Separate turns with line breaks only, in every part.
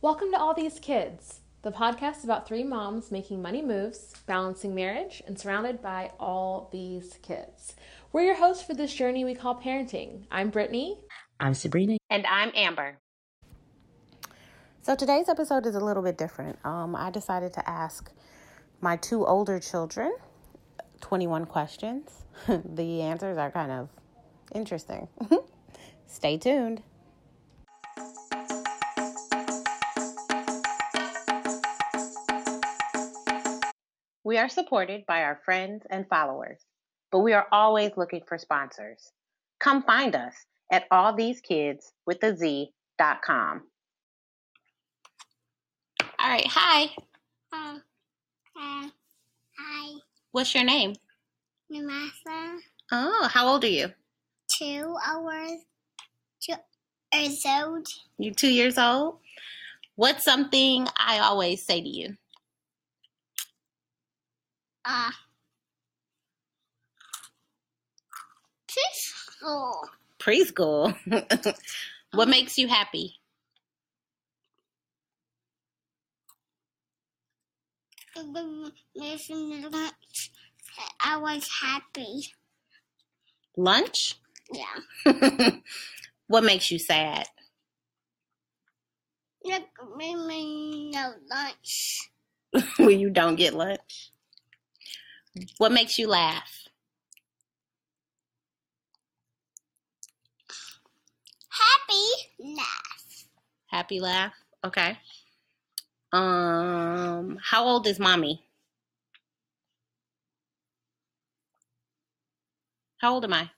Welcome to All These Kids, the podcast about three moms making money moves, balancing marriage, and surrounded by all these kids. We're your hosts for this journey we call parenting. I'm Brittany.
I'm Sabrina.
And I'm Amber.
So today's episode is a little bit different. Um, I decided to ask my two older children 21 questions. the answers are kind of interesting. Stay tuned.
We are supported by our friends and followers, but we are always looking for sponsors. Come find us at allthesekids with a Z dot com. All right, hi.
Um, uh, hi,
What's your name?
Namasa.
Oh, how old are you?
Two hours, two er, years old.
You two years old? What's something I always say to you?
Uh, preschool.
Preschool. what makes you happy?
I was happy.
Lunch?
Yeah.
what makes you sad?
Look, we made no lunch.
when you don't get lunch? What makes you laugh?
Happy? Nah.
Happy laugh? Okay. Um, how old is mommy? How old am I?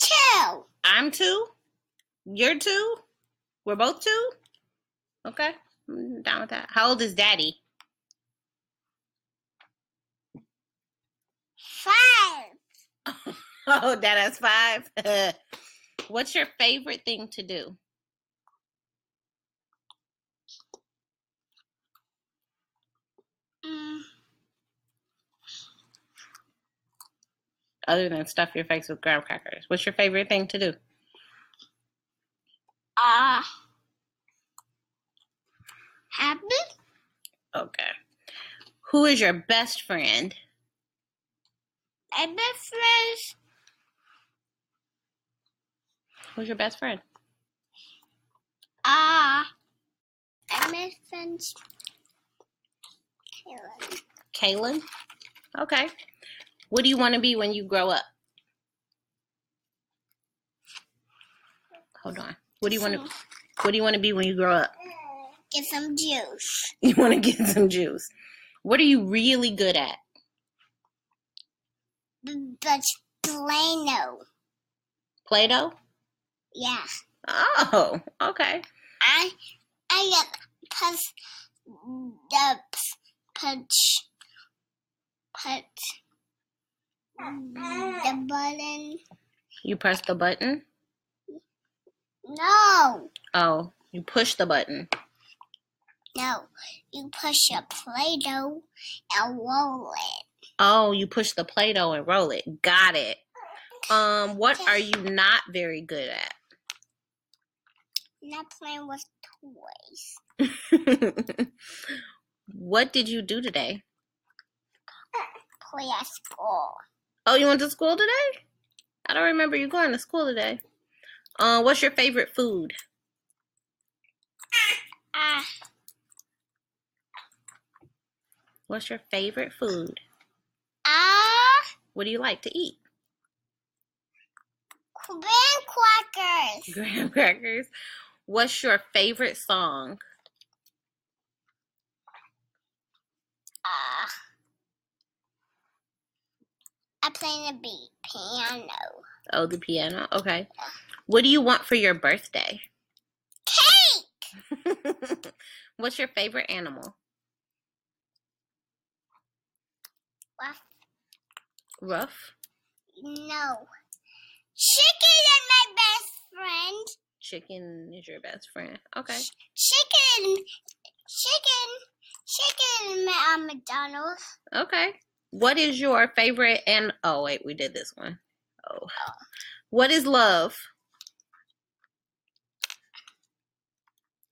Two.
I'm two. You're two. We're both two. Okay. I'm down with that. How old is daddy?
Five.
Oh, daddy's five. What's your favorite thing to do?
Mm,
Other than stuff your face with graham crackers. What's your favorite thing to do?
uh, happy?
Okay. Who is your best friend?
My best friends,
Who's your best friend?
Ah, my best friends, Caleb.
Kaylin. Okay. What do you want to be when you grow up? Hold on. What do you want to What do you want to be when you grow up?
Get some juice.
You want to get some juice. What are you really good at?
B- But Plano.
Play-Doh?
Yeah.
Oh, okay.
I I got pus the p- punch put the button.
You press the button?
No.
Oh, you push the button.
No. You push a play doh and roll it.
Oh, you push the Play-Doh and roll it. Got it. Um, what are you not very good at?
Not playing with toys.
what did you do today?
play at school.
Oh, you went to school today? I don't remember you going to school today. Uh, what's your favorite food?
Ah,
What's your favorite food?
ah,
What do you like to eat?
graham crackers.
Graham crackers. What's your favorite song?
Ah, I play the beat piano.
Oh, the piano. Okay. What do you want for your birthday?
Cake.
what's your favorite animal?
Well,
Ruff.
no, chicken is my best friend.
Chicken is your best friend. Okay.
Chicken, chicken, chicken is my at McDonald's.
Okay. What is your favorite and oh wait, we did this one. Oh. What is love?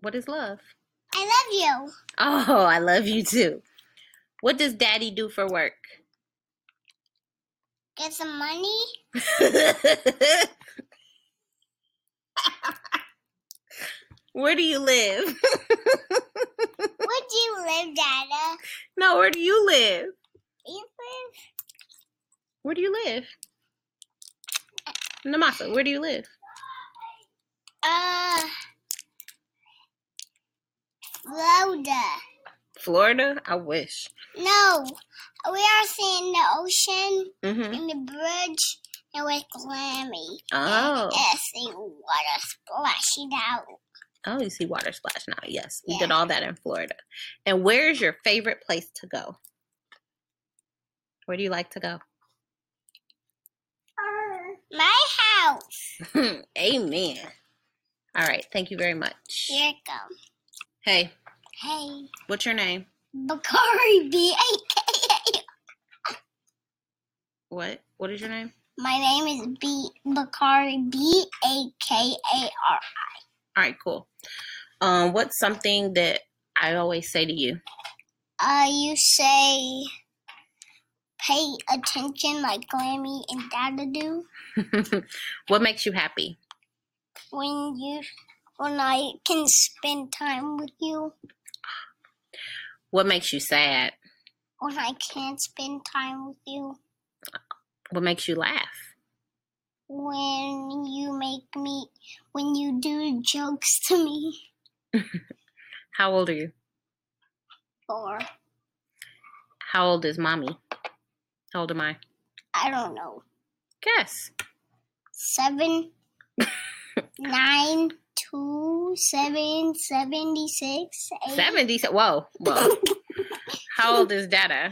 What is love?
I love you.
Oh, I love you too. What does daddy do for work?
Get some money.
where do you live?
Where do you live, Dada?
no, where do you live?
You live
Where do you live? Namasa, where do you live?
uh Florida.
Florida? I wish.
No, we are seeing the ocean
hmm
and the bridge. and It was glammy.
Oh.
And I see water splashing out.
Oh, you see water splash now. Yes, we
Yeah.
did all that in Florida. And where's your favorite place to go? Where do you like to go?
My house.
Amen. All right. Thank you very much.
Here it go.
Hey,
Hey,
what's your name?
Bakari B A K A.
What? What is your name?
My name is B Bakari B A K A R.
All right, cool. Um, what's something that I always say to you?
Uh, you say pay attention like Glammy and Dada do
what makes you happy?
when you when I can spend time with you
What makes you sad?
when I can't spend time with you
What makes you laugh?
when you make me when you do jokes to me
How old are you?
or
How old is mommy? How old am I?
I don't know
Guess.
seven nine two seven seventy six eight.
70. Whoa, whoa. How old is Dada?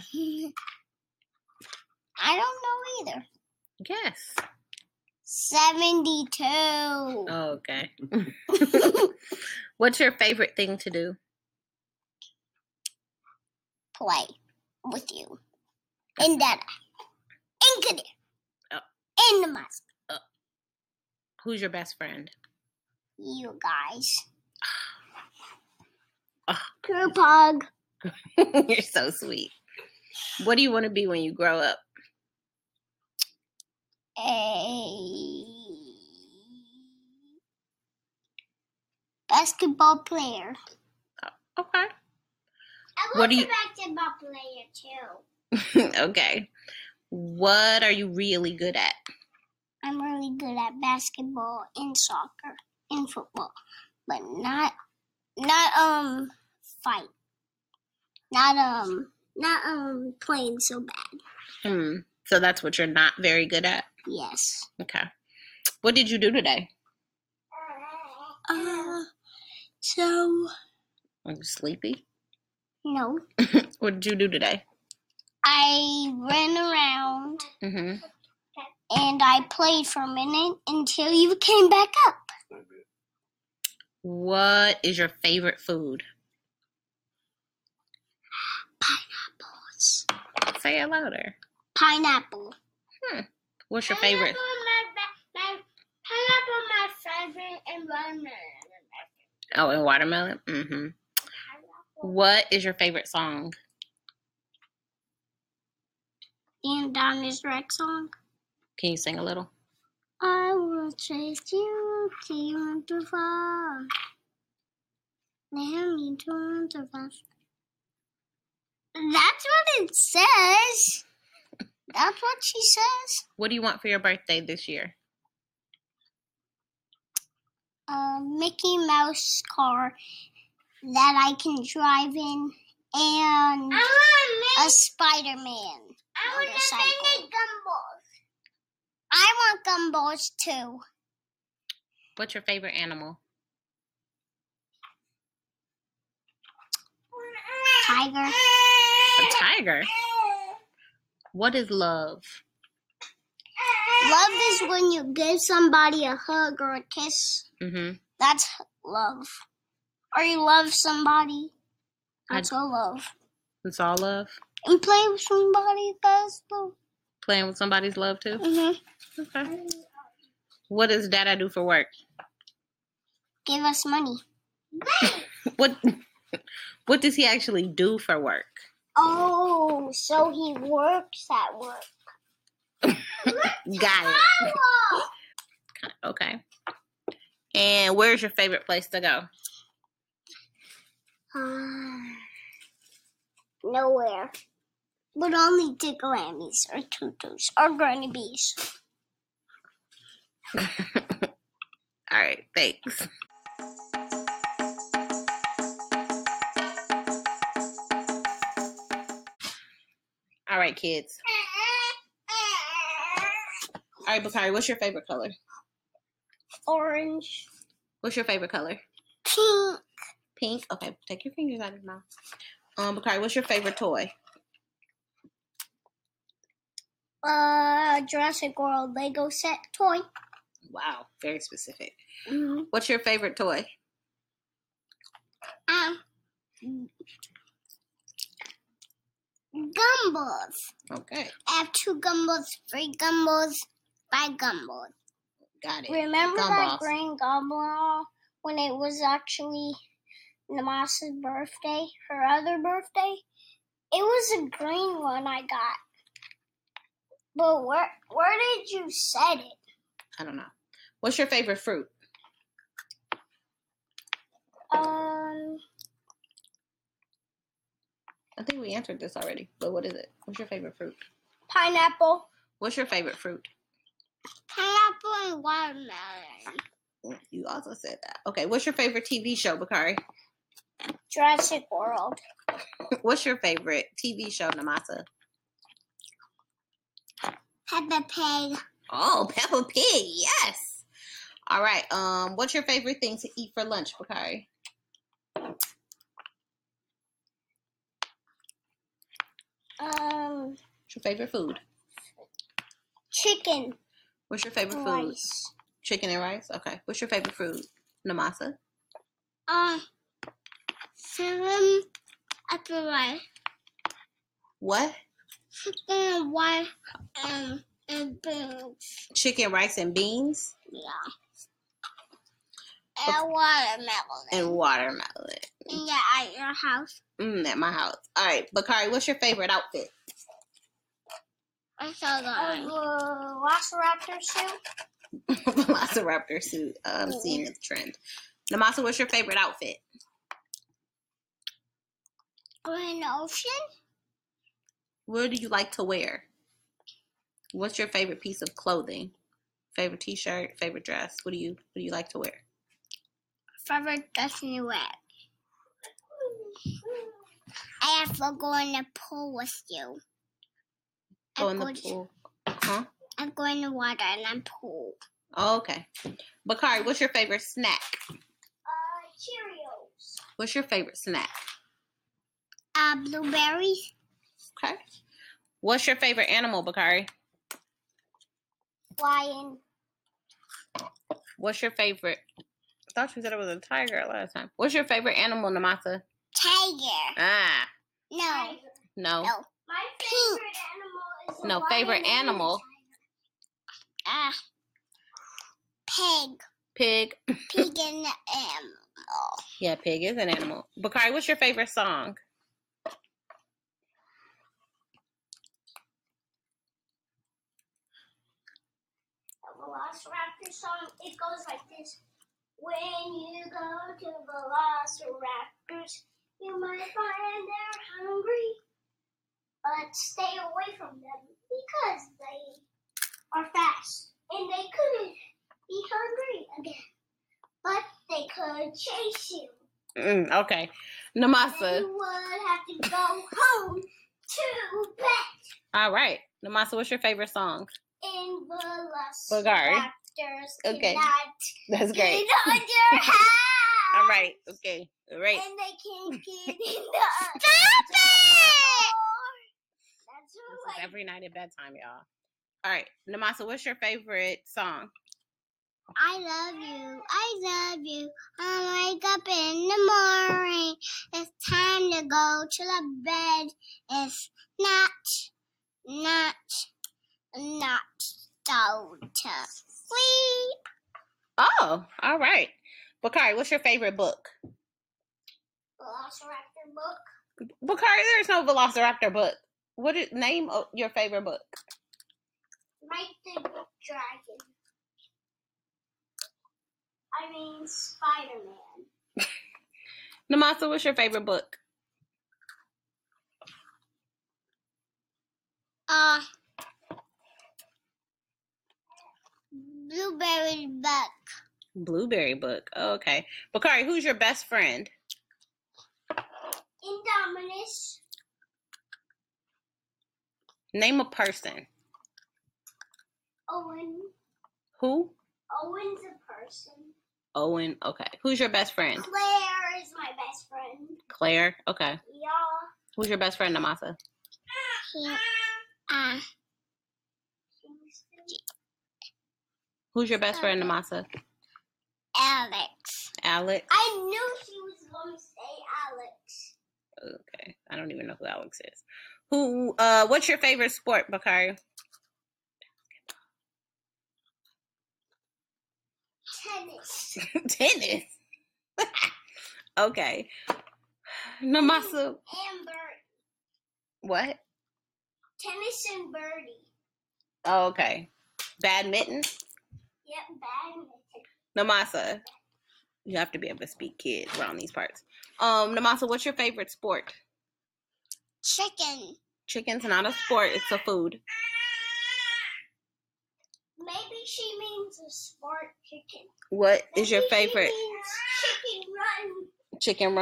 I don't know either.
Guess.
72.
Oh, okay. What's your favorite thing to do?
Play with you. And Dada. And Kadir.
Oh.
And the mask.
Who's your best friend?
You guys.
Ah.
Group hug.
You're so sweet. What do you want to be when you grow up?
A basketball player.
Okay.
I
What do you-
basketball player too.
okay. What are you really good at?
I'm really good at basketball and soccer and football, but not not um fight, not um not um playing so bad.
Hmm. So that's what you're not very good at?
Yes.
Okay. What did you do today?
Uh, so
Are you sleepy?
no,
What did you do today?
I ran around
hmm
and I played for a minute until you came back up.
What is your favorite food? Say it louder.
Pineapple.
What's your favorite?
My, pineapple, my favorite, and watermelon.
Oh, and watermelon? hmm What is your favorite song?
And down this red song.
Can you sing a little?
I will chase you to you to fall. Let me turn to pass. That's what it says. That's what she says.
What do you want for your birthday this year?
A Mickey Mouse car that I can drive in and a Spider Man motorcycle.
gumballs.
I want gumballs too.
What's your favorite animal?
Tiger.
A tiger? What is love?
Love is when you give somebody a hug or a kiss.
hmm
That's love. Or you love somebody.
I-
That's all love.
It's all love.
And play with somebody. That's love.
Playing with somebody's love too.
hmm
Okay. What does Dada do for work?
Give us money.
What What does he actually do for work?
Oh, so he works at work.
Got it. Okay. And where's your favorite place to go?
Ah, nowhere. But only to Grammys or Tutus or Granny Bees.
All right, thanks. All right, kids. All right, Bakari, what's your favorite color?
Orange.
What's your favorite color?
Pink.
Pink. Okay, take your fingers out of your mouth. Um, Bakari, what's your favorite toy?
Uh, Jurassic World Lego set toy.
Wow, very specific.
Mm-hmm.
What's your favorite toy?
Um, gumballs.
Okay,
I have two gumballs, three gumballs, five gumballs.
got it.
Remember
Gumballs.
that green goblin when it was actually Namasa's birthday, her other birthday? It was a green one I got. But where where did you set it?
I don't know. What's your favorite fruit?
Um
I think we answered this already, but what is it? What's your favorite fruit?
pineapple.
What's your favorite fruit?
Pineapple and watermelon.
You also said that. Okay, what's your favorite TV show, Bakari?
Jurassic World.
What's your favorite TV show, Namasa?
Peppa Pig.
Oh, Peppa Pig, yes. All right. Um, what's your favorite thing to eat for lunch, Bakari?
Um
What's your favorite food?
chicken
What's your favorite food?
rice.
Chicken and rice. Okay. What's your favorite food, Namasa?
Um seven apple rice.
What?
and white and and beans.
Chicken, rice, and beans
Yeah. And watermelon.
and watermelon.
yeah, at your house.
Mm, at my house. All right, Bakari. What's your favorite outfit?
I saw the
Oh,
Velociraptor suit.
Velociraptor suit. Uh, I'm seeing the trend. Namasa, what's your favorite outfit?
Green ocean.
What do you like to wear? What's your favorite piece of clothing? Favorite T-shirt, favorite dress. What do you What do you like to wear?
Favorite Destiny Web. I have to go in the pool with you.
Go Oh,
I'm
in the
going to-
pool. Huh?
I'm going to water and I'm pool.
Oh, okay. Bakari, what's your favorite snack?
Uh, Cheerios.
What's your favorite snack?
Uh, blueberries.
Okay. What's your favorite animal, Bakari?
Lion.
What's your favorite? I thought you said it was a tiger last time. What's your favorite animal, Namasa?
Tiger.
Ah,
No.
no.
No.
My favorite animal is a
No,
lion
favorite
and a
animal.
Ah. Pig.
Pig.
Pig and animal.
Yeah, pig is an animal. Bakari, what's your favorite song?
The Velociraptor song, it goes like this. When you go to Velociraptors, you might find they're hungry. But stay away from them because they are fast and they could be hungry again. But they could chase you.
Mm, okay.
Then
Namasa.
you would have to go home to bed.
All right. Namasa, what's your favorite song?
in
Bulgari.
Velociraptors
Okay.
cannot
That's great.
get on your house.
All right. Okay. All right.
And they can't get in the Stop
it!
That's
This is
what
every night at bedtime, y'all. All right. Namasa, what's your favorite song?
I love you. I love you. I wake up in the morning. It's time to go to the bed. It's not, not, not so to sleep.
Oh, all right. Bakari, what's your favorite book?
Velociraptor book.
Bakari, there's no Velociraptor book. What is name o- your favorite book?
Mike the Dragon. I mean Spider Man.
Namasa, what's your favorite book?
Uh, blueberry buck.
Blueberry book. Oh, okay. Bakari, who's your best friend?
Indominus.
Name a person.
Owen.
Who?
Owen's a person.
Owen. Okay. Who's your best friend?
Claire is my best friend.
Claire. Okay.
Y'all.
Who's your best friend, Namasa?
Here, uh,
Who's your best friend, Namasa?
Alex.
Alex.
I knew she was going to say Alex.
Okay. I don't even know who Alex is. Who? Uh, what's your favorite sport, Bakari?
Tennis.
Tennis. okay. Namasa.
And Birdie.
What?
Tennis and Birdie.
Oh, okay. Badminton.
Yep, badminton.
Namasa. You have to be able to speak kids around these parts. Um, Namasa, what's your favorite sport?
Chicken.
Chicken's not a sport, it's a food.
Maybe she means a sport chicken.
What is your
Maybe she
favorite?
means chicken run.
Chicken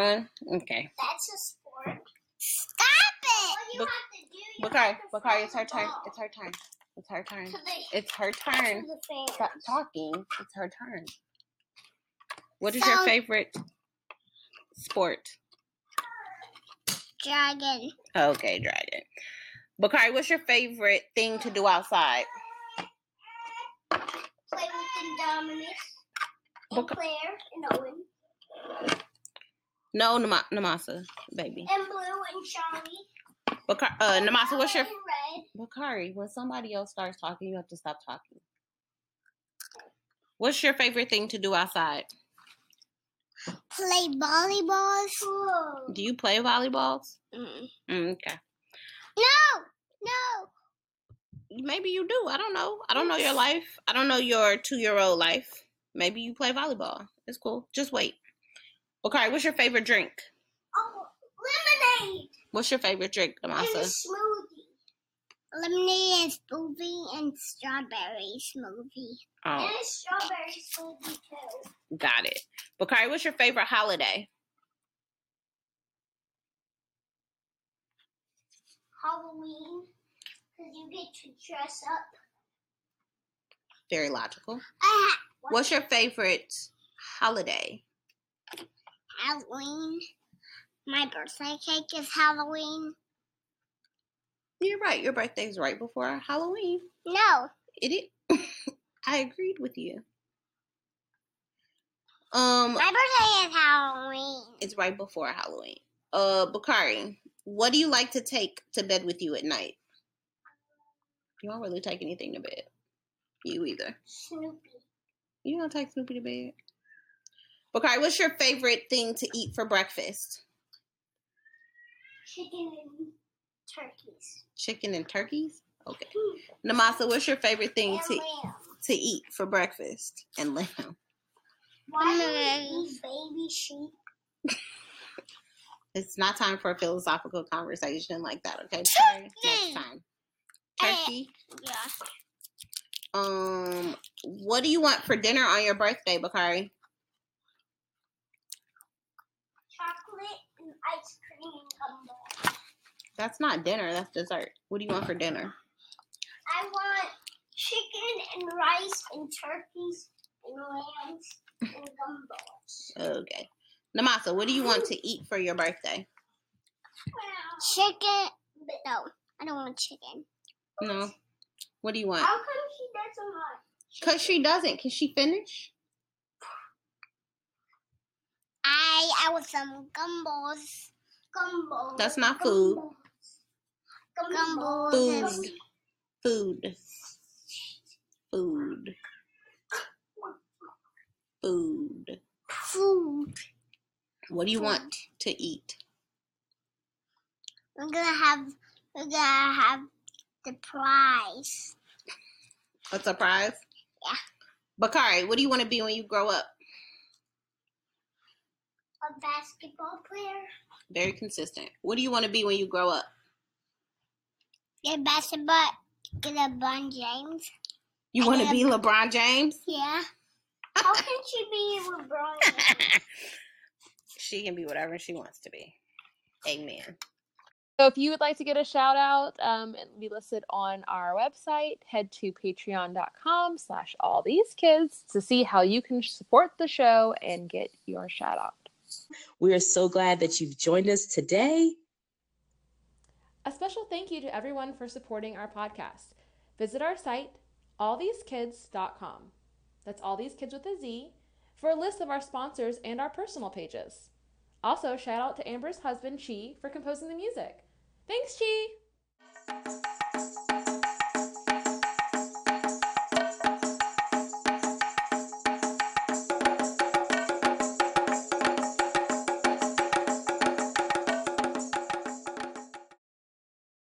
run? Okay.
That's a sport.
Stop it!
All you
Bak-
have to do you
Bakari,
have to
Bakari,
throw
it's her
the
turn.
ball
It's her turn. It's her turn.
To the,
It's her
to
turn.
the fans.
Stop talking. It's her turn. What is your
So-
favorite sport?
Dragon.
Okay, dragon. Bakari, what's your favorite thing to do outside?
Play with Indominus and
Bak-
Claire and Owen
No, Nama- Namasa, baby.
and Blue and Charlie.
Bakari, uh, Namasa, what's your
And Red.
Bakari, when somebody else starts talking, you have to stop talking. What's your favorite thing to do outside?
Play volleyballs.
Whoa.
Do you play volleyballs?
Mm.
Mm, okay.
No! No!
Maybe you do. I don't know. I don't know your life. I don't know your two year old life. Maybe you play volleyball. It's cool. Just wait. Bakari, what's your favorite drink?
Oh, lemonade
What's your favorite drink,
and a
Namasa?
smoothie
Lemonade and smoothie and strawberry smoothie.
Oh,
and a strawberry smoothie too.
got it. Bakari, what's your favorite holiday?
Halloween, because you get to dress up.
Very logical.
I
What's your favorite holiday?
have Halloween. My birthday cake is Halloween.
You're right. Your birthday's right before Halloween.
No.
It is. I agreed with you. Um,
My birthday is Halloween.
it's right before Halloween. Uh, Bakari, what do you like to take to bed with you at night? You don't really take anything to bed. You either.
Snoopy.
You don't take Snoopy to bed. Bakari, what's your favorite thing to eat for breakfast?
chicken and turkeys.
Chicken and turkeys. Okay. Namasa, what's your favorite thing
And
to
lamb.
to eat for breakfast? And lamb.
Why do we eat baby sheep?
It's not time for a philosophical conversation like that. Okay. Sorry. Next
Turkey.
time.
Eh.
Turkey.
Yeah.
Um, what do you want for dinner on your birthday, Bakari?
Chocolate and ice cream and gumbo.
That's not dinner, that's dessert. What do you want for dinner?
I want chicken and rice and turkeys and lambs and gumbos.
Okay. Namasa, what do you want to eat for your birthday?
Wow.
Chicken. No, I don't want chicken.
No. What do you want?
How come she doesn't want?
Cause she doesn't. Can she finish?
I I want some gumballs.
Gumbo.
That's not food.
Gumbo.
Food.
Gumballs. and-
Food. Food. Food.
Food.
What do you want to eat?
We're gonna have we're gonna have the prize.
A surprise?
Yeah.
Bakari, what do you want to be when you grow up?
A basketball player.
Very consistent. What do you want to be when you grow up?
Get a basketball. Get a Bun James.
You want to be LeBron James?
Yeah.
How can she be with Brian?
She can be whatever she wants to be. Amen.
So if you would like to get a shout out um, and be listed on our website, head to patreon.com slash all these kids to see how you can support the show and get your shout out.
We are so glad that you've joined us today.
A special thank you to everyone for supporting our podcast. Visit our site, allthesekids.com. That's all these kids with a Z for a list of our sponsors and our personal pages. Also, shout out to Amber's husband, Chi, for composing the music. Thanks, Chi!